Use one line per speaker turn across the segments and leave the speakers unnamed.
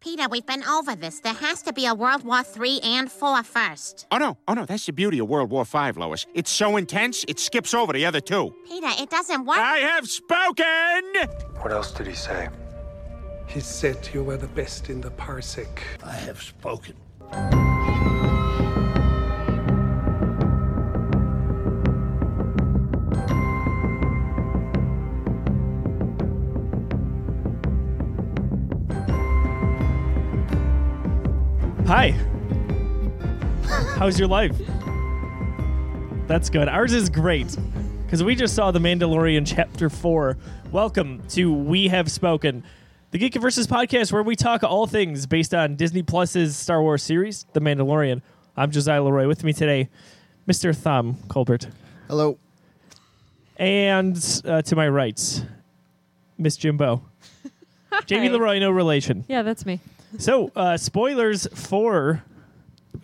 Peter, we've been over this. There has to be a World War III and Four first.
Oh, no. Oh, no. That's the beauty of World War V, Lois. It's so intense, it skips over the other two.
Peter, it doesn't work.
I have spoken!
What else did he say?
He said you were the best in the parsec.
I have spoken.
Hi. How's your life? That's good. Ours is great because we just saw The Mandalorian Chapter 4. Welcome to We Have Spoken, the Geek Versus podcast where we talk all things based on Disney Plus's Star Wars series, The Mandalorian. I'm Josiah Leroy. With me today, Mr. Thom Colbert.
Hello.
And uh, to my right, Miss Jimbo. Jamie Leroy, no relation.
Yeah, that's me.
So, uh, spoilers for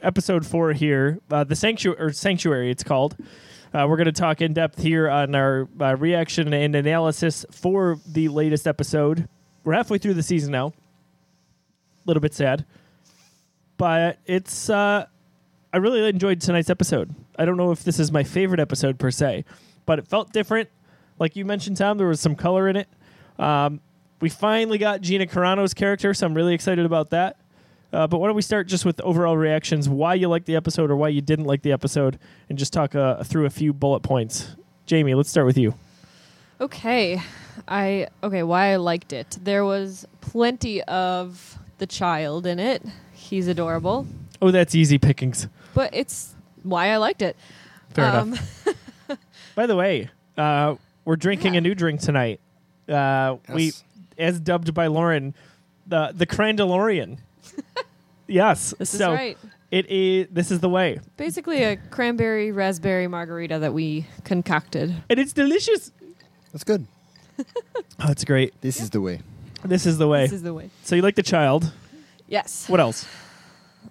episode four here, uh, the sanctuary, or sanctuary, it's called. Uh, we're going to talk in depth here on our uh, reaction and analysis for the latest episode. We're halfway through the season now. A little bit sad, but it's. Uh, I really enjoyed tonight's episode. I don't know if this is my favorite episode per se, but it felt different. Like you mentioned, Tom, there was some color in it. Um, we finally got Gina Carano's character, so I'm really excited about that. Uh, but why don't we start just with overall reactions, why you liked the episode or why you didn't like the episode, and just talk uh, through a few bullet points. Jamie, let's start with you.
Okay. I okay, why I liked it. There was plenty of the child in it. He's adorable.
Oh, that's easy pickings.
But it's why I liked it.
Fair
Um,
enough. By the way, uh, we're drinking a new drink tonight. Uh, We,
Yes.
as dubbed by Lauren, the the Crandalorian. yes.
This is
so
right.
It is. This is the way,
Basically a cranberry raspberry margarita that we concocted.
and it's delicious.
That's good.
Oh, it's great.
This is the way.
This is the way.
This is the way.
so you like the child?
Yes.
What else?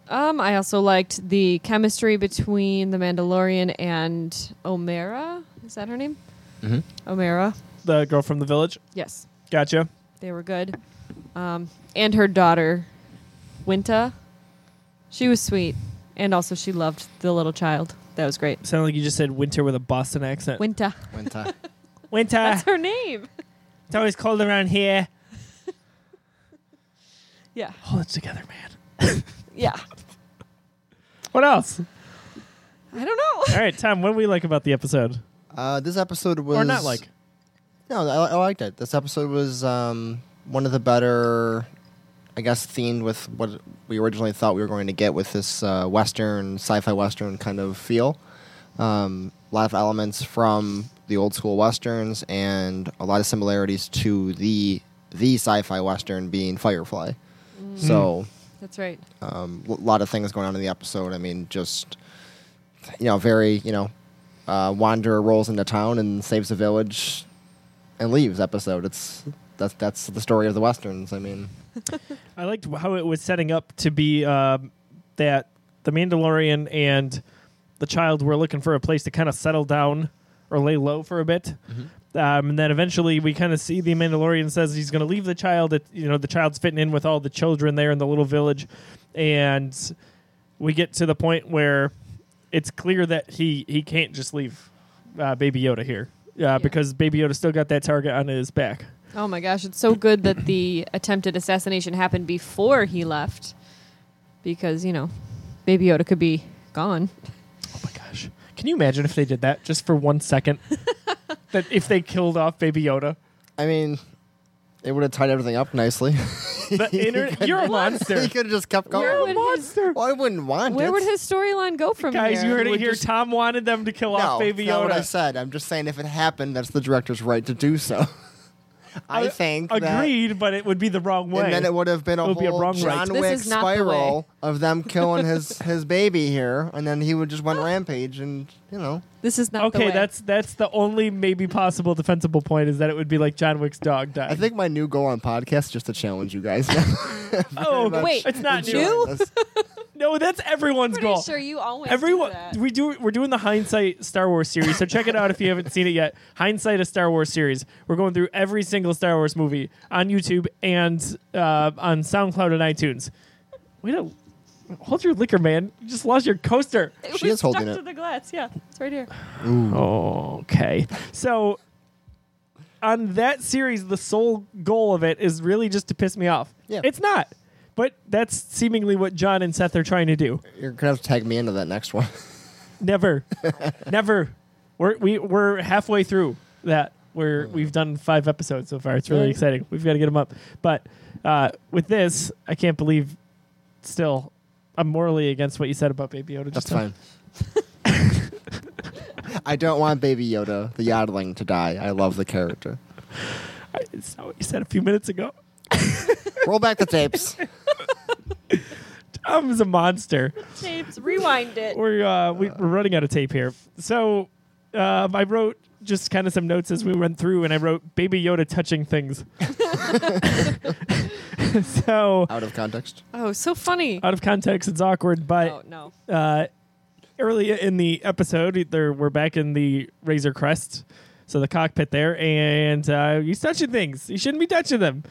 Um I also liked the chemistry between the Mandalorian and Omera. Is that her name? Mm-hmm. Omera.
The girl from the village.
Yes.
Gotcha.
They were good. Um, and her daughter, Winta. She was sweet. And also, she loved the little child. That was great.
Sounded like you just said winter with a Boston accent.
Winta.
Wenta.
winter.
That's her name.
It's always cold around here.
Yeah.
Hold it together, man.
Yeah.
What else?
I don't know.
All right, Tom. What do we like about the episode,
uh, this episode was
or not like?
No, I, I liked it. This episode was um, one of the better, I guess, themed with what we originally thought we were going to get with this uh, Western, sci-fi Western kind of feel. Um, a lot of elements from the old school westerns and a lot of similarities to the the sci-fi western being Firefly.
Mm.
So
That's right.
um, a lot of things going on in the episode. I mean, just you know, very you know, uh, wanderer rolls into town and saves a village and leaves. Episode. It's that's that's the story of the westerns. I mean,
I liked how it was setting up to be um, that the Mandalorian and the child were looking for a place to kind of settle down or lay low for a bit. Um, and then eventually we kind of see the Mandalorian says he's going to leave the child. At, you know, the child's fitting in with all the children there in the little village. And we get to the point where it's clear that he, he can't just leave uh, Baby Yoda here uh, because Baby Yoda still got that target on his back.
Oh my gosh. It's so good that the attempted assassination happened before he left. Because, you know, Baby Yoda could be gone.
my gosh. Can you imagine if they did that just for one second? that if they killed off Baby Yoda?
I mean, it would have tied everything up nicely.
The internet, you're a monster.
he could have just kept going.
Where would his,
monster.
well, I wouldn't want
where
it.
would his storyline go from
Guys,
here?
you heard it
would
here.
just-
Tom wanted them to kill
no,
off Baby
that's not what I
Yoda.
said. I'm just saying if it happened, that's the director's right to do so. I, think that-
Agreed, but it would be the wrong way.
And then it would have been a
It would
whole
be a wrong right.
John
This
Wick
is not the
spiral of them killing his his baby here, and then he would just went rampage, and you know,
This is not the
okay,
way.
that's that's the only maybe possible defensible point is that it would be like John Wick's dog died.
I think my new goal on podcast is just to challenge you guys.
oh,
much. Wait,
it's not
Jew?
new.
This-
No, that's everyone's
Pretty
goal.
sure you always do
Everyone,
that.
we do. We're doing the hindsight Star Wars series, so check it out if you haven't seen it yet. Hindsight a Star Wars series. We're going through every single Star Wars movie on YouTube and uh, on SoundCloud and iTunes. Wait a hold your liquor, man. You just lost your coaster.
It
She
was
is holding
stuck
it.
to the glass. Yeah, it's right here.
Okay. So on that series, the sole goal of it is really just to piss me off.
Yeah.
It's not. But that's seemingly what John and Seth are trying to do.
You're gonna have to tag me into that next one.
Never. never. We're we, we're halfway through that. We're we've done five episodes so far. It's really
Right.
exciting. We've got to get them up. But uh, with this, I can't believe still I'm morally against what you said about Baby Yoda.
That's
just now.
fine. I don't want Baby Yoda, the yodeling, to die. I love the character.
It's not what you said a few minutes ago.
Roll back the tapes.
Tom is a monster.
Tapes, rewind it.
we're uh, we, we're running out of tape here. So um, I wrote just kind of some notes as we went through, and I wrote Baby Yoda touching things. so
Out of context.
Oh, so funny.
out of context, it's awkward.
oh
But
no.
uh, earlier in the episode, there we're back in the Razor Crest, so the cockpit there, and uh, he's touching things. You shouldn't be touching them.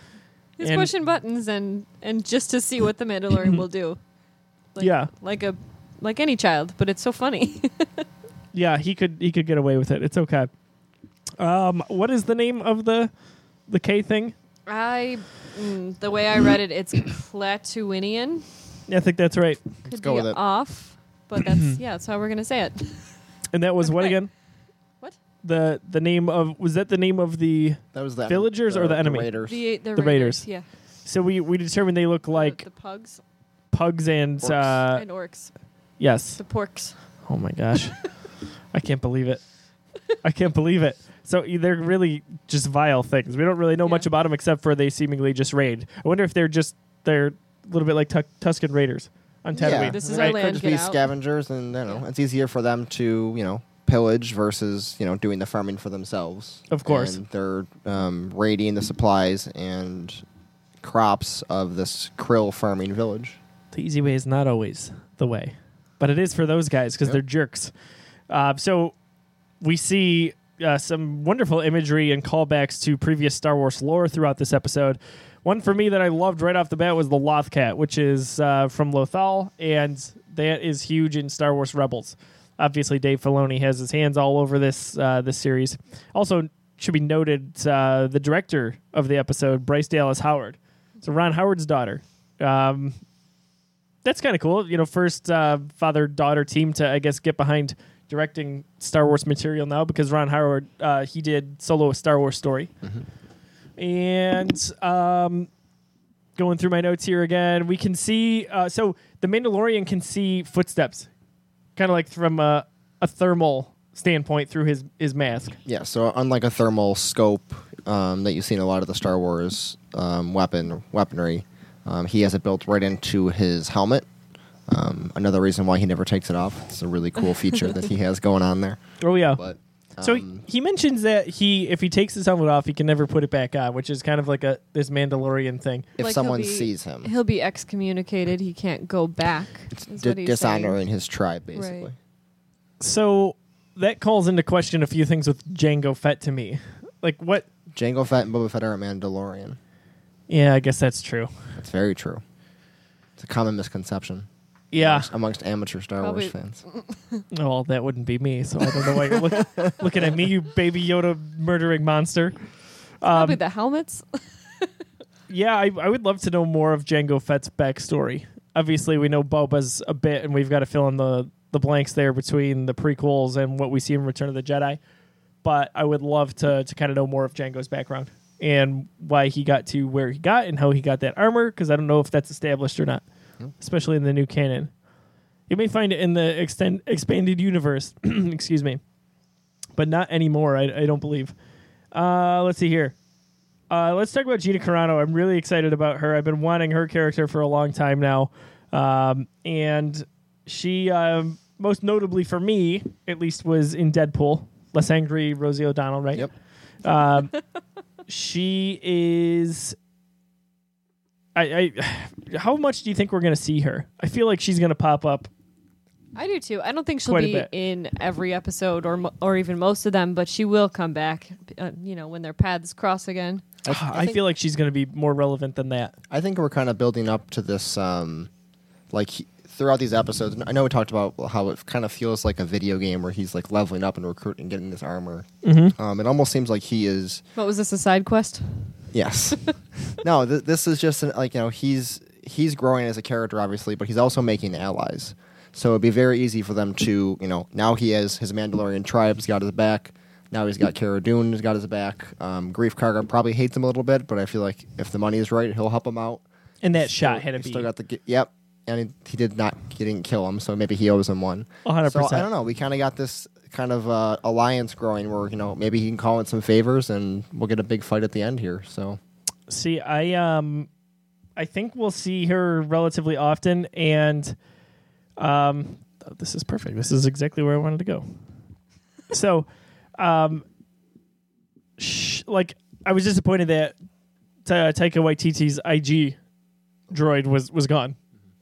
He's
and-
pushing buttons and and just to see what the Mandalorian will do. Like,
Yeah.
Like a like any child, but it's so funny.
Yeah, he could he could get away with it. It's okay. Um, what is the name of the the K thing?
I mm, the way I read it, it's Platuinian.
I think that's right.
Could
go
be
with it.
off, but that's yeah, that's how we're gonna say it.
And that was what
Okay.
again?
What?
The the name of was that the name of the
That was the
Villagers or the enemy?
Raiders.
The the,
The Raiders.
Raiders, yeah.
so we we determined they look like
the, the pugs
pugs and uh
and orcs,
yes.
the porks.
Oh my gosh. I can't believe it. I can't believe it. So e- they're really just vile things. We don't really know much
Yeah.
about them except for they seemingly just raid. I wonder if they're just they're a little bit like Tus- Tuscan Raiders on
Yeah.
Tatooine.
This is
right?
our land.
Could just
Get
be
out.
scavengers, and you know, it's easier for them to you know pillage versus you know doing the farming for themselves.
Of course.
and they're um, raiding the supplies and crops of this krill farming village.
the easy way is not always the way, but it is for those guys because
Yep.
they're jerks. Uh, so we see uh, some wonderful imagery and callbacks to previous Star Wars lore throughout this episode. One for me that I loved right off the bat was the Lothcat, which is uh, from Lothal, and that is huge in Star Wars Rebels. Obviously, Dave Filoni has his hands all over this uh, this series. Also, should be noted uh, the director of the episode, Bryce Dallas Howard, so Ron Howard's daughter. Um, that's kind of cool. You know, first uh, father daughter team to I guess get behind directing Star Wars material now because Ron Howard uh, he did solo a Star Wars story, and um, going through my notes here again, we can see uh, so the Mandalorian can see footsteps, kind of like from a, a thermal standpoint through his his mask.
Yeah, so unlike a thermal scope um, that you see in a lot of the Star Wars um, weapon weaponry, um, he has it built right into his helmet. Um, another reason why he never takes it off. It's a really cool feature that he has going on there.
Oh yeah.
But
So he-
um,
he mentions that he, if he takes his helmet off, he can never put it back on, which is kind of like a this Mandalorian thing.
if
Like, he'll
someone
be-
sees him,
He'll be excommunicated. He can't go back. It's
d- dishonoring his tribe, basically.
Right.
So that calls into question a few things with Django Fett to me. Like what?
Jango Fett and Boba Fett are a Mandalorian.
Yeah, I guess that's true.
That's very true. It's a common misconception
Yeah.
amongst amateur Star
Probably-
Wars fans.
Well, that wouldn't be me, so I don't know why you're look, looking at me, you baby Yoda murdering monster.
Probably
Um,
the helmets.
Yeah, I, I would love to know more of Django Fett's backstory. Obviously, we know Boba's a bit, and we've got to fill in the the blanks there between the prequels and what we see in Return of the Jedi. But I would love to to kind of know more of Django's background and why he got to where he got and how he got that armor, because I don't know if that's established or not, especially in the new canon. You may find it in the extend, expanded universe, excuse me, but not anymore. I, I don't believe. Uh, let's see here. Uh, let's talk about Gina Carano. I'm really excited about her. I've been wanting her character for a long time now, um, and she, um, most notably for me, at least, was in Deadpool. Less angry, Rosie O'Donnell, right? Um,
Yep.
She is. I, I, I how much do you think we're gonna see her? I feel like she's gonna pop up.
I do too. I don't think she'll
Quite a
be
bit.
in every episode or mo- or even most of them, but she will come back. Uh, you know, when their paths cross again.
I, feel like she's gonna be more relevant than that.
I think we're kind of building up to this, um, like he, throughout these episodes. and I know we talked about how it kind of feels like a video game where he's like leveling up and recruiting, getting this armor. Um, it almost seems like he is.
What was this a side quest?
Yes. no, th- this is just an, like you know he's he's growing as a character obviously, but he's also making allies. So it'd be very easy for them to you know now he has his Mandalorian tribe's got his back. Now he's got Cara Dune has got his back. Um, Grief Karga probably hates him a little bit, but I feel like if the money is right, he'll help him out.
And that shot had to
He
be.
still got the gi- yep, and he, he did not he didn't kill him, so maybe he owes him one.
100%.
So I don't know. We kind of got this kind of uh, alliance growing where you know maybe he can call in some favors, and we'll get a big fight at the end here. So
see, I um, I think we'll see her relatively often, and um, this is perfect. This is exactly where I wanted to go. so, um, sh- like I was disappointed that Ta- Taika Waititi's IG droid was was gone.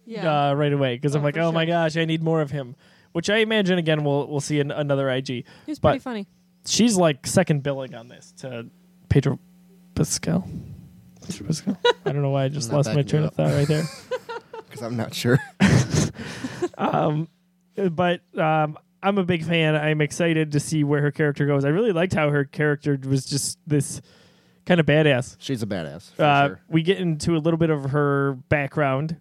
uh, right away because I'm
Oh,
like,
for
oh my
sure.
gosh, I need more of him. Which I imagine again we'll we'll see in another IG.
he was
but-
pretty funny.
She's like second billing on this to Pedro Pascal. Pedro Pascal. I don't know why I just
Not
lost my
backing
train
it
of thought right there.
because I'm not sure.
um, but um, I'm a big fan. I'm excited to see where her character goes. I really liked how her character was just this kind of badass.
She's a badass, for
Uh,
sure.
We get into a little bit of her background.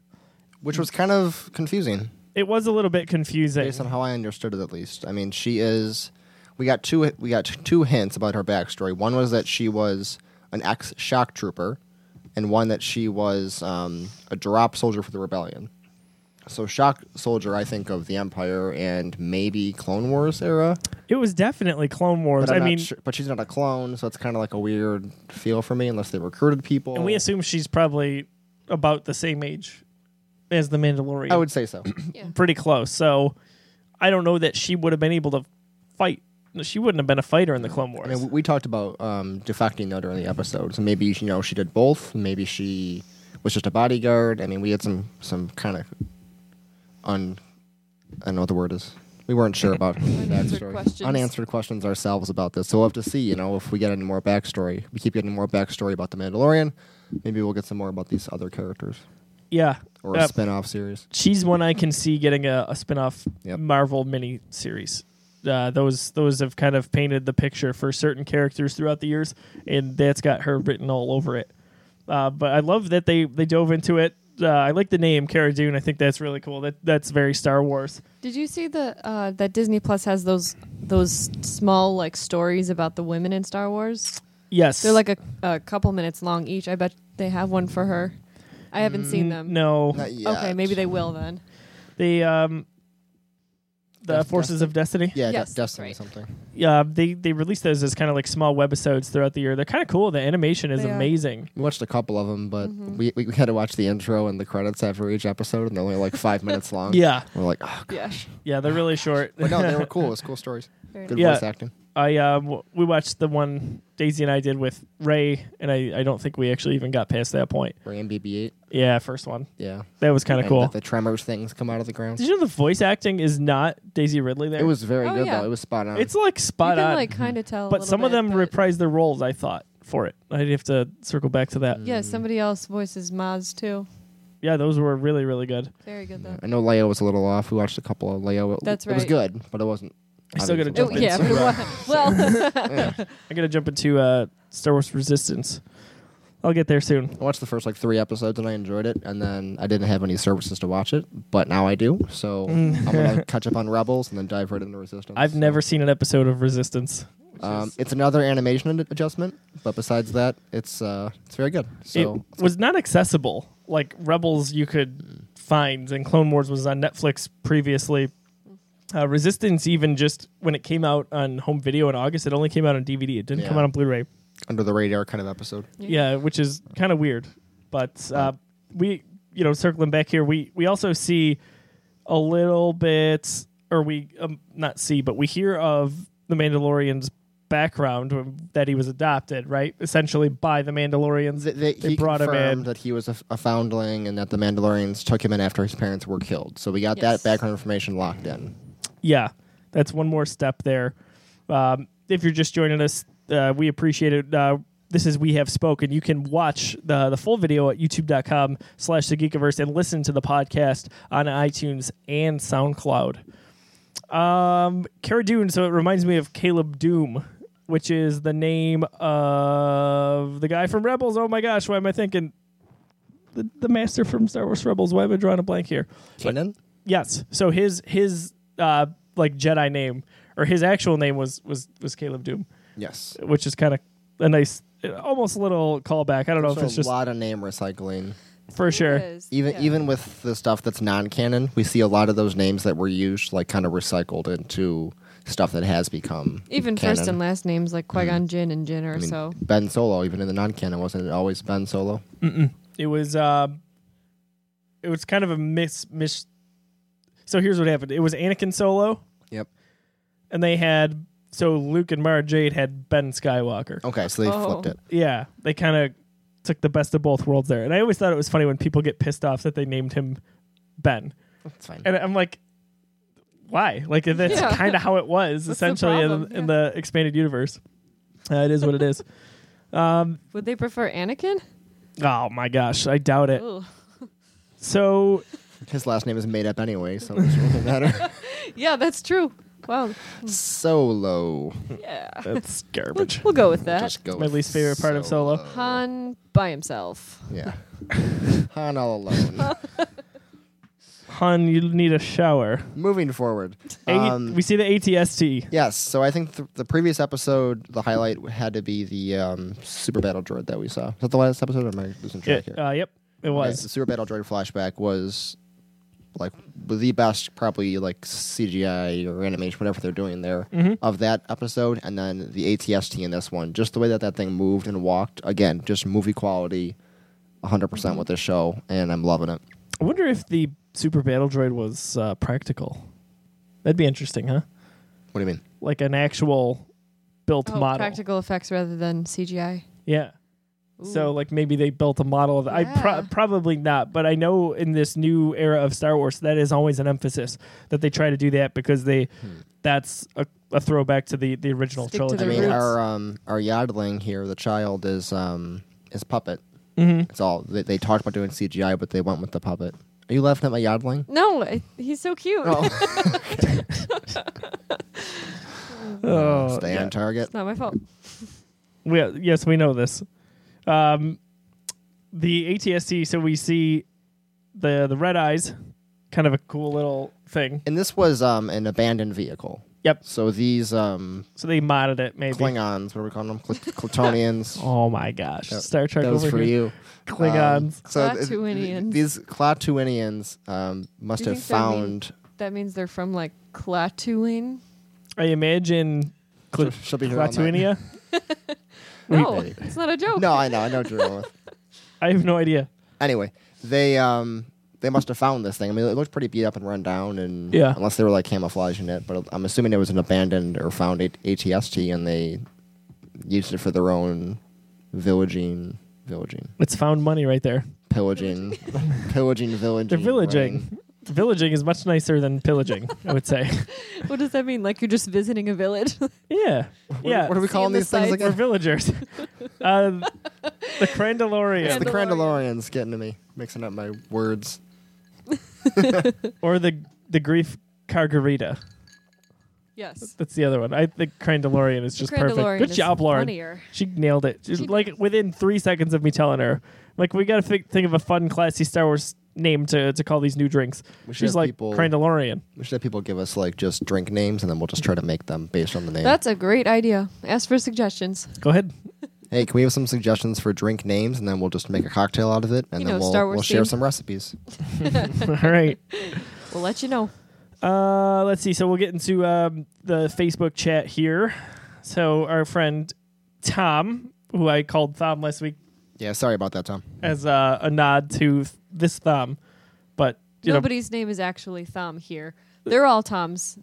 which was kind of confusing
It was a little bit confusing.
based on how I understood it. At least, I mean, she is. We got two. We got two hints about her backstory. One was that she was an ex shock trooper, and one that she was um, a drop soldier for the rebellion. So shock soldier, I think of the Empire and maybe Clone Wars era.
It was definitely Clone Wars.
But I'm
I
not
mean,
sure- but she's not a clone, so it's kind of like a weird feel for me, unless they recruited people.
And we assume she's probably about the same age as the Mandalorian.
I would say so.
pretty close. So I don't know that she would have been able to fight. She wouldn't have been a fighter in the Clone Wars.
I mean, we- we talked about um, defecting though during the episode, so maybe you know she did both. Maybe she was just a bodyguard. I mean, we had some some kind of un I don't know what the word is. We weren't sure about her
Unanswered
backstory.
questions.
unanswered questions ourselves about this. So we'll have to see. You know, if we get any more backstory, we keep getting more backstory about the Mandalorian. Maybe we'll get some more about these other characters
yeah,
or a
Uh,
spin-off series.
she's one I can see getting a, a spin-off
Yep.
Marvel mini series. Uh, those those have kind of painted the picture for certain characters throughout the years, and that's got her written all over it. Uh, but I love that they they dove into it. Uh, I like the name Cara Dune. I think that's really cool. That that's very Star Wars.
Did you see the uh, that Disney Plus has those those small like stories about the women in Star Wars?
Yes,
They're like a, a couple minutes long each. I bet they have one for her. I haven't seen them.
Mm, no.
Not yet.
Okay, maybe they will then.
the um the
Def-
forces of destiny
Yeah,
Yes,
yes, Destiny or
right.
something.
yeah uh, they they release those as kind of like small webisodes throughout the year they're kind of cool the animation is
They are.
amazing
We watched a couple of them, but
Mm-hmm.
we, we we had to watch the intro and the credits after each episode, and they're only like five minutes long.
yeah
We're like, oh, God.
Yeah.
yeah they're really short
But no, they were cool. It was cool stories.
Very
Good
nice.
voice
Yeah.
acting.
i um w- we watched the one daisy and i did with ray and i i don't think we actually even got past that point
Or MBB-8.
yeah first one
Yeah.
that was kind of
And
cool
that The tremors things come out of the ground.
did you know the voice acting is not daisy ridley there
It was uh, very
Oh,
good,
yeah.
though. It was spot on.
it's like
You
spot
can
on
like kind of tell. a
uh, but
little
some of
bit,
them
but-
reprise their roles i thought for it i'd have to circle back to
Mm.
that
Yeah, somebody else voices Maz too.
yeah those were really really good
Very good though.
I know Leo was a little off. We watched a couple of Leo. It-
That's
It was
right.
good, but it wasn't.
I still gotta
obviously
jump
Oh,
what
in.
it
yeah,
was.
but it wa- well,
I gotta jump into uh, Star Wars Resistance. I'll get there soon.
I watched the first like three episodes and I enjoyed it, and then I didn't have any services to watch it, but now I do. So I'm gonna catch up on Rebels and then dive right into Resistance.
Mm. I've
So,
never seen an episode of Resistance.
Um, it's another animation ad- adjustment, but besides that, it's uh, it's very good. So
it was not accessible. Like Rebels, you could find, and Clone Wars was on Netflix previously. Uh, Resistance, even just when it came out on home video in August, it only came out on DVD. It didn't come
Yeah.
out on Blu-ray.
under the radar kind of episode.
yeah, which is kind of weird. But uh, we, you know, circling back here, we we also see a little bit, or we um, not see, but we hear of the Mandalorian's background that he was adopted, right? Essentially by the Mandalorians.
Th- th-
they
he
brought him
confirmed
in.
that he was a, a foundling and that the Mandalorians took him in after his parents were killed. So we got
Yes.
that background information locked in.
yeah, that's one more step there. Um, if you're just joining us, uh, we appreciate it. Uh, this is We Have Spoken. You can watch the, the full video at youtube.com slash the Geekiverse and listen to the podcast on iTunes and SoundCloud. Um, Cara Dune, so it reminds me of Caleb Doom, which is the name of the guy from Rebels. Oh my gosh, why am I thinking? The, the master from Star Wars Rebels. Why am I drawing a blank here?
Kanan?
Yes. So his his uh like Jedi name or his actual name was was was Caleb Doom,
Yes.
which is kind of a nice almost little callback. I don't know if
So
it's
a
just
lot of name recycling.
for sure.
Even even with the stuff that's non canon, we see a lot of those names that were used like kind of recycled into stuff that has become
Even
canon. Hmm.
first and last names like Qui Gon Jinn and Jinn or
I mean,
so.
Ben Solo, even in the non canon, wasn't it always Ben Solo?
It was uh it was kind of a miss miss So here's what happened. It was Anakin Solo
Yep.
and they had so Luke and Mara Jade had Ben Skywalker.
Okay, so they
Oh.
flipped it.
Yeah, they kind of took the best of both worlds there. And I always thought it was funny when people get pissed off that they named him Ben.
That's fine.
and I'm like, why? Like that's
Yeah.
kind of how it was
What's the
essentially in,
problem?
in the expanded universe. Uh, it is what it is.
Would they prefer Anakin?
Oh my gosh, I doubt it.
Ooh.
So
His last name is made up anyway, so it doesn't really matter.
Yeah, that's true. Wow.
Solo.
Yeah.
that's
We'll,
garbage.
we'll go with that.
Just go
my
with
least favorite part of Solo.
uh,
Han by himself.
Yeah. Han all alone.
Han, you need a shower.
Moving forward.
A-
Um,
we see the ATST.
yes, so I think th- the previous episode, the highlight had to be the um, Super Battle Droid that we saw. Is that the last episode? Or am I losing track
It-
here?
uh, yep, it
Okay,
was.
the Super Battle Droid flashback was like the best, probably like CGI or animation, whatever they're doing there, of that episode. And then the ATST in this one, just the way that that thing moved and walked. Again, just movie quality, 100% percent with this show, and I'm loving it.
I wonder if the super battle droid was uh, practical. That'd be interesting, huh?
What do you mean?
Like an actual built
Oh,
model.
practical effects rather than CGI.
Yeah. So like maybe they built a model of I
Yeah.
pro- probably not, but I know in this new era of Star Wars that is always an emphasis that they try to do that because they
Hmm.
that's a, a throwback to the the original
Stick to
trilogy.
I
The
mean,
roots.
our um, our yodeling here, the child is um, is puppet.
Mm-hmm.
It's all they, they talked about doing CGI, but they went with the puppet. Are you laughing at my yodeling?
No, I, he's so cute.
Oh,
oh,
stay on target.
It's not my fault.
we, yes, we know this. Um, the ATST. So we see the the red eyes, kind of a cool little thing.
And this was um, an abandoned vehicle.
Yep.
So these um,
So they modded it maybe.
Klingons, what are we calling them? Cl- Clitonians.
Oh my gosh, Star Trek
that was
over
for
here.
you. Um,
Klingons.
so th- th-
Klaatuanians.
these Klaatuanians um, must
Do you
have
think that mean-
found.
That means they're from like Klaatuin.
Um, I imagine. Cl-
She'll be here all night.
Latuinia?
No, it's not a joke.
No, I know, I know what you're going with.
I have no idea.
Anyway, they um, they must have found this thing. I mean, it looked pretty beat up and run down, and
Yeah.
unless they were like camouflaging it, but I'm assuming it was an abandoned or found A- ATST, and they used it for their own villaging, villaging,
It's found money right there.
pillaging, pillaging, villaging.
They're
running.
villaging. Villaging is much nicer than pillaging, I would say.
What does that mean? Like you're just visiting a village?
Yeah. yeah.
What are
Seeing
we calling
the
these things
sights.
We're
again?
villagers. uh, the Crandalorian.
It's
Crandallorian.
the Crandallorians getting to me, mixing up my words.
or the the Grief Cargarita.
yes.
That's the other one. I think Crandalorian is just perfect.
Crandallorian
Good
is
job, Lauren.
funnier.
She nailed it. She- like within three seconds of me telling her, like, we got to think of a fun, classy Star Wars name to, to call these new drinks.
We should
She's
have
like,
people-
Crandalorian.
We should have people give us like just drink names, and then we'll just try to make them based on the name.
That's a great idea. Ask for suggestions.
Go ahead.
hey, can we have some suggestions for drink names, and then we'll just make a cocktail out of it, and
You
then
know,
we'll,
Star Wars
we'll share
themed.
some recipes.
All right.
We'll let you know.
Uh, let's see. So we'll get into um, the Facebook chat here. So our friend Tom, who I called Thom last week
Yeah, sorry about that, Tom.
as a, a nod to th- this Thom, but you know,
Nobody's name is actually Thom here. They're all Toms.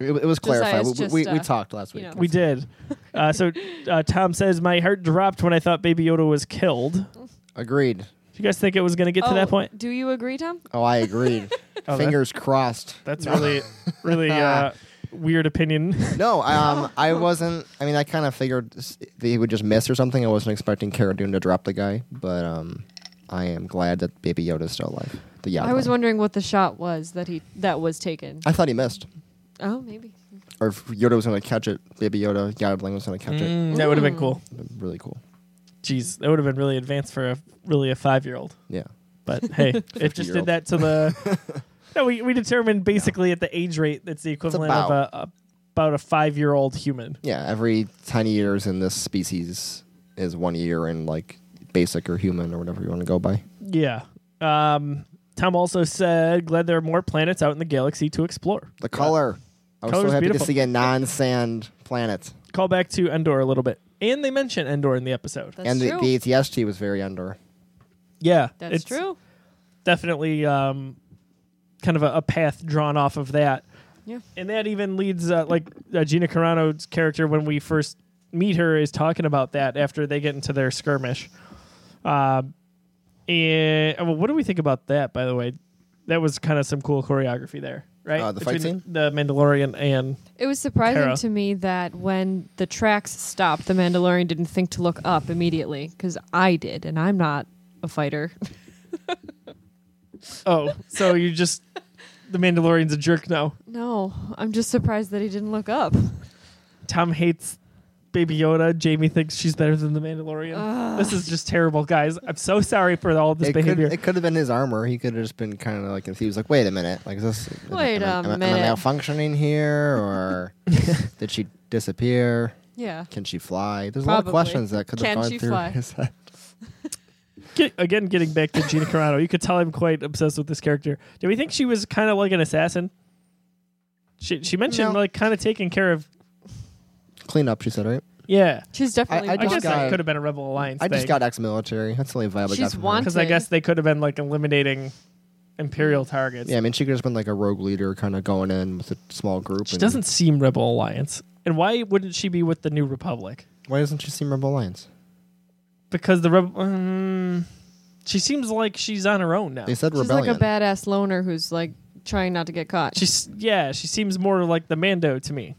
It, it was clarified.
Josiah's
We,
just,
we, we
uh,
talked last week.
you know.
We did. Uh, so uh, Tom says, My heart dropped when I thought Baby Yoda was killed. Do
Agreed.
you guys think it was going to get to
Oh,
that point?
Do you agree, Tom?
Oh, I agreed.
that-
Fingers crossed.
That's really, really uh, weird opinion.
No, um, I wasn't. I mean, I kind of figured s- they would just miss or something. I wasn't expecting Cara Dune to drop the guy, but um, I am glad that Baby Yoda's still alive. The Yoda.
I was wondering what the shot was that he that was taken.
I thought he missed,
Oh, maybe.
or if Yoda was going to catch it. Baby Yoda, Yodeling was going to catch it.
Mm, that would have been cool.
Really cool.
Jeez, that would have been really advanced for a really a five year old.
Yeah.
But hey, it just did
50-year-old.
that to the. No, we, we determined basically at the age rate that's the equivalent
about-
of a, about a five year old human.
Yeah. Every tiny years in this species is one year in like basic or human or whatever you want to go by.
Yeah. Um, Tom also said, glad there are more planets out in the galaxy to explore.
The color. I was
Color's
so happy
beautiful.
to see a non-sand planet,
Call back to Endor a little bit. And they mention Endor in the episode.
That's
and the,
true.
the E ATST was very under.
yeah.
That's
it's
true.
Definitely um, kind of a, a path drawn off of that.
Yeah.
And that even leads, uh, like, uh, Gina Carano's character, when we first meet her, is talking about that after they get into their skirmish. Um, and well, what do we think about that, by the way? That was kind of some cool choreography there, right?
Uh, the fight
Between
scene?
The Mandalorian and
It was surprising
Hera.
to me that when the tracks stopped, the Mandalorian didn't think to look up immediately because I did, and I'm not a fighter.
Oh, so you just the Mandalorian's a jerk now.
no, I'm just surprised that he didn't look up.
Tom hates Baby Yoda. Jamie thinks she's better than the Mandalorian. This is just terrible, guys. I'm so sorry for all this
it
behavior.
Could, it could have been his armor. He could have just been kind of like if he was like, "Wait a minute, like is this? am I-
Wait
am I-
a
am I-
minute."
Am I malfunctioning here, or did she disappear?
Yeah.
Can she fly? There's a lot
Probably.
of questions that could have
Can
gone
she
through
fly?
his head.
Get- again, getting back to Gina Carano, you could tell I'm quite obsessed with this character. Do we think she was kind of like an assassin? She she mentioned
No.
like kind of taking care of.
Clean up, she said. Right?
Yeah,
She's definitely.
I
I,
just
guess
got-
that could have been a Rebel Alliance.
I just got ex-military. That's the only vibe I got.
She's
from her.
wanted.
because I guess they could have been like eliminating Imperial targets.
Yeah, I mean, she could have been like a rogue leader, kind of going in with a small group.
She
and-
doesn't seem Rebel Alliance. And why wouldn't she be with the New Republic?
Why doesn't she seem Rebel Alliance?
Because the Rebel. Um, she seems like she's on her own now.
They said
she's
rebellion.
like a badass loner who's like trying not to get caught.
She's yeah. She seems more like the Mando to me.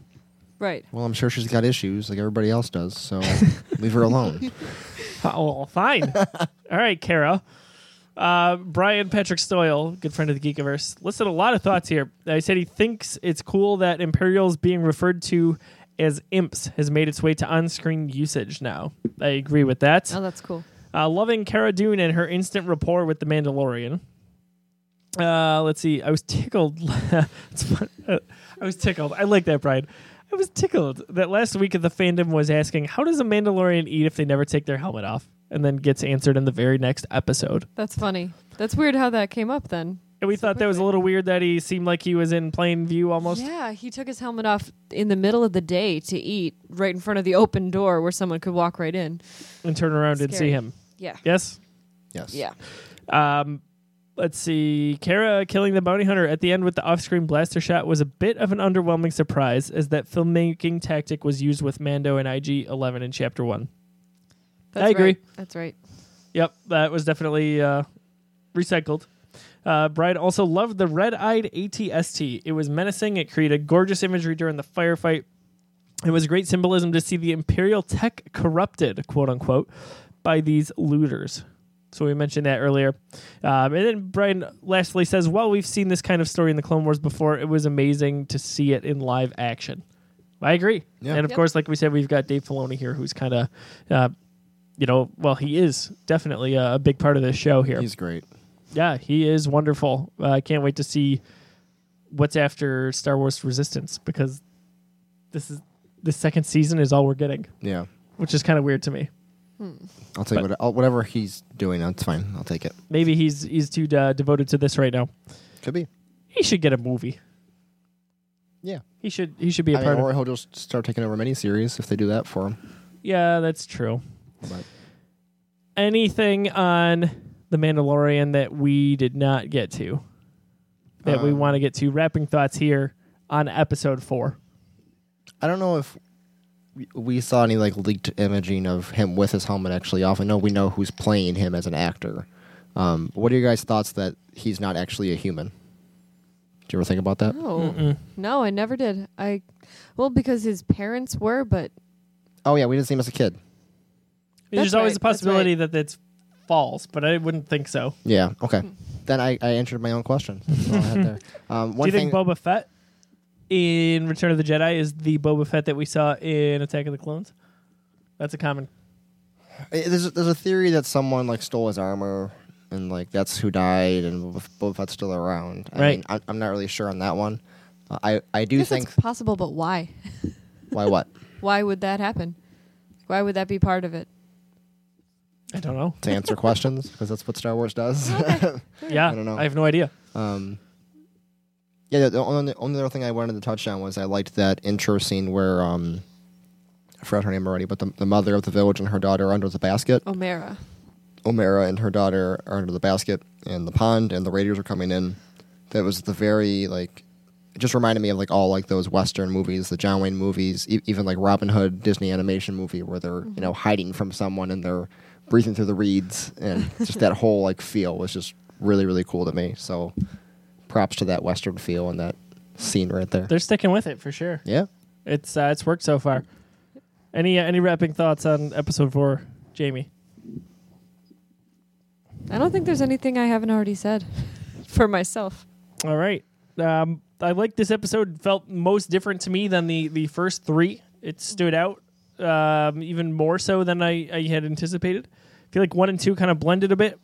right.
well, I'm sure she's got issues, like everybody else does. So leave her alone.
Oh, fine. All right, Kara. Uh, Brian Patrick Stoyle, good friend of the Geekiverse, listed a lot of thoughts here. Uh, He said he thinks it's cool that Imperials being referred to as imps has made its way to on-screen usage now. I agree with that.
Oh, that's cool.
Uh, loving Cara Dune and her instant rapport with the Mandalorian. Uh, let's see. I was tickled. It's fun. Uh, I was tickled. I like that, Brian. I was tickled that last week of the fandom was asking, "How does a Mandalorian eat if they never take their helmet off?" And then gets answered in the very next episode.
That's funny. That's weird how that came up then.
And we thought that was a little weird that he seemed like he was in plain view almost.
Yeah, he took his helmet off in the middle of the day to eat right in front of the open door where someone could walk right in.
and turn around and see
Scary.
him.
Yeah.
Yes.
Yes.
Yeah.
Um, let's see. Kara killing the bounty hunter at the end with the off-screen blaster shot was a bit of an underwhelming surprise, as that filmmaking tactic was used with Mando and IG Eleven in Chapter One.
That's
I agree.
right. That's right.
Yep, that was definitely uh, recycled. Uh, Bride also loved the red-eyed ATST. It was menacing. It created gorgeous imagery during the firefight. It was great symbolism to see the Imperial tech corrupted, quote unquote, by these looters. So we mentioned that earlier. Um, and then Brian lastly says, while we've seen this kind of story in the Clone Wars before, it was amazing to see it in live action. I agree.
Yeah.
And of
Yep.
course, like we said, we've got Dave Filoni here who's kind of, uh, you know, well, he is definitely a, a big part of this show here.
He's great.
yeah, he is wonderful. Uh, I can't wait to see what's after Star Wars Resistance because this is the second season is all we're getting,
Yeah.
which is kind of weird to me.
I'll take what, I'll, whatever he's doing. That's fine. I'll take it.
Maybe he's he's too uh, devoted to this right now.
Could be.
He should get a movie.
Yeah.
He should he should be a
I mean,
part
or
of.
he'll just start taking over mini series if they do that for him.
Yeah, that's true.
But
Anything on the Mandalorian that we did not get to that we
Um,
want to get to? Wrapping thoughts here. on episode four.
I don't know if we- we saw any like leaked imaging of him with his helmet actually off. I know we know who's playing him as an actor. Um, what are your guys' thoughts that he's not actually a human? Do you ever think about that?
Oh no, I never did. I well because his parents were, but
Oh yeah, we didn't see him as a kid.
There's always
That's right,
a
that's
possibility that it's false, but I wouldn't think so.
Yeah. Okay. Then I, I answered my own question. That's all I had there. Um, one
Do you
thing,
think Boba Fett in Return of the Jedi is the Boba Fett that we saw in Attack of the Clones? That's a common.
Eh, there's, there's a theory that someone like stole his armor and like that's who died and Boba- Boba Fett's still around. I
Right.
mean, I'm, I'm not really sure on that one. Uh, I I do
I guess
think
that's possible, but why?
why what
Why would that happen? Why would that be part of it?
I don't know.
to answer questions because that's what Star Wars does.
Yeah,
I don't know.
I have no idea.
Um, yeah, the- the only, only other thing I wanted to touch on was I liked that intro scene where um, I forgot her name already, but the, the mother of the village and her daughter are under the basket.
Omera.
Omera and her daughter are under the basket in the pond, and the raiders are coming in. That was the very like. It just reminded me of like all like those Western movies, the John Wayne movies, e- even like Robin Hood Disney animation movie where they're you know hiding from someone and they're breathing through the reeds, and just that whole like feel was just really really cool to me. So, props to that Western feel and that scene right there.
They're sticking with it for sure.
Yeah,
It's uh, it's worked so far. Any uh, any wrapping thoughts on episode four, Jamie?
I don't think there's anything I haven't already said for myself.
All right. Um, I like this episode. Felt most different to me than the the first three. It stood out um, even more so than I, I had anticipated. I feel like one and two kind of blended a bit.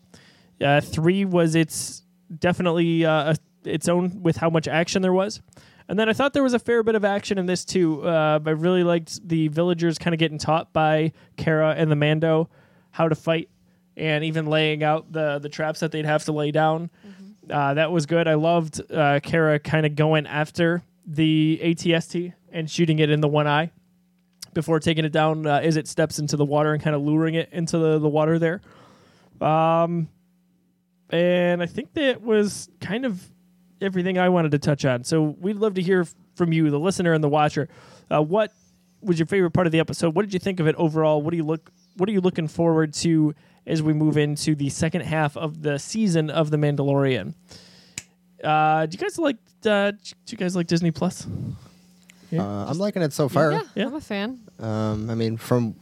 Uh, three was its definitely uh, its own with how much action there was. And then I thought there was a fair bit of action in this too. Uh, I really liked the villagers kind of getting taught by Kara and the Mando how to fight, and even laying out the the traps that they'd have to lay down. Uh, that was good. I loved uh, Kara kind of going after the ATST and shooting it in the one eye before taking it down uh, as it steps into the water and kind of luring it into the, the water there. Um, and I think that was kind of everything I wanted to touch on. So we'd love to hear f- from you, the listener and the watcher. Uh, what was your favorite part of the episode? What did you think of it overall? What do you look What are you looking forward to as we move into the second half of the season of The Mandalorian? Uh, do you guys like uh, Do you guys like Disney Plus? Yeah.
uh, I'm liking it so far.
Yeah,
Yeah.
I'm a fan.
Um, I mean, from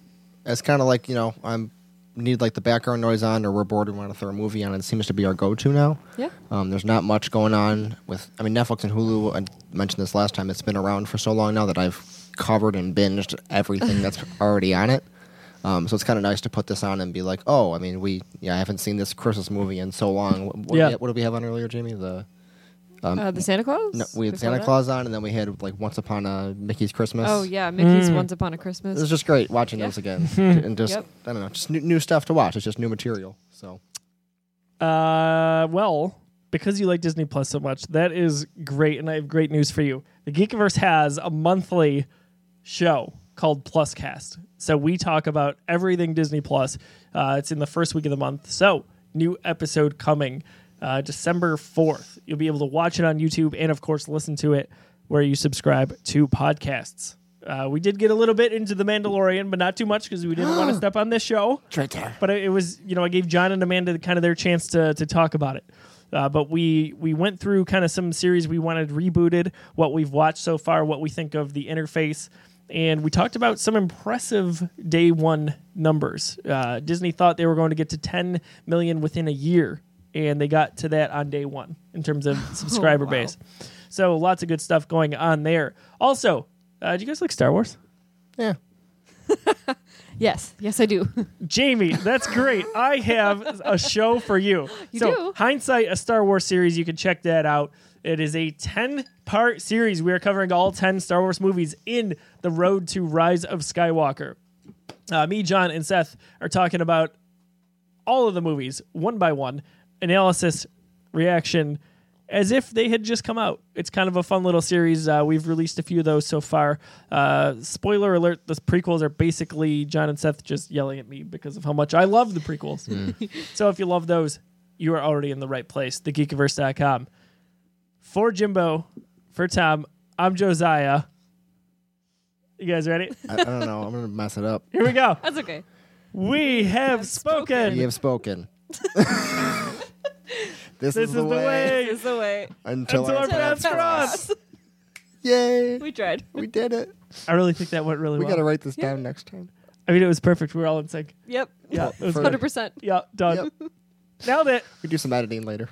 it's kind of like you know I'm need like the background noise on, or we're bored and want to throw a movie on. It seems to be our go-to now.
Yeah.
Um, there's not much going on with. I mean, Netflix and Hulu. I mentioned this last time. It's been around for so long now that I've covered and binged everything that's already on it. Um, so it's kind of nice to put this on and be like, oh, I mean, we yeah, I haven't seen this Christmas movie in so long. What, what,
Yeah.
do, we, what did we have on earlier, Jamie? The
uh, the Santa Claus?
no, we had
Before
Santa
that?
Claus on, and then we had like Once Upon a Mickey's Christmas.
Oh yeah,
Mm.
Mickey's Once Upon a Christmas.
It was just great watching
Yeah.
those again, and just
Yep.
I don't know, just new, new stuff to watch. It's just new material. So
Uh, well, because you like Disney Plus so much, that is great, and I have great news for you. The Geekiverse has a monthly show called PlusCast. So we talk about everything Disney Plus. Uh, it's in the first week of the month. So new episode coming uh, December fourth. You'll be able to watch it on YouTube, and of course, listen to it where you subscribe to podcasts. Uh, we did get a little bit into the Mandalorian, but not too much because we didn't want to step on this show but it it was you know I gave John and Amanda kind of their chance to to talk about it. Uh, but we we went through kind of some series we wanted rebooted, what we've watched so far, what we think of the interface, and we talked about some impressive day one numbers. Uh, Disney thought they were going to get to 10 million within a year, and they got to that on day one in terms of subscriber
wow.
base. So lots of good stuff going on there. Also, uh, do you guys like Star Wars?
yeah,
yes, yes, I do.
Jamie, that's great. I have a show for you.
You
so,
do?
Hindsight, a Star Wars series. You can check that out. It is a 10 part series. We are covering all 10 Star Wars movies in The Road to Rise of Skywalker. Uh, me, John, and Seth are talking about all of the movies one by one, analysis, reaction, as if they had just come out. It's kind of a fun little series. Uh, we've released a few of those so far. Uh, spoiler alert: the prequels are basically John and Seth just yelling at me because of how much I love the prequels. so if you love those, you are already in the right place. TheGeekiverse.com. For Jimbo, for Tom, I'm Josiah. You guys ready?
I, I don't know. I'm gonna mess it up.
Here we go.
That's okay.
We have
We
spoken.
have spoken. this,
This is the way.
It's the way.
until,
Until
our
our
breath.
breaths cross.
Yay!
We tried.
We did it.
I really think that went really
We
well.
gotta write this down next time.
I mean, it was perfect. We were all in sync.
Yep.
Yeah, it was
for-
good.
100%.
Yeah, done.
Yep.
Nailed it.
We do some editing later.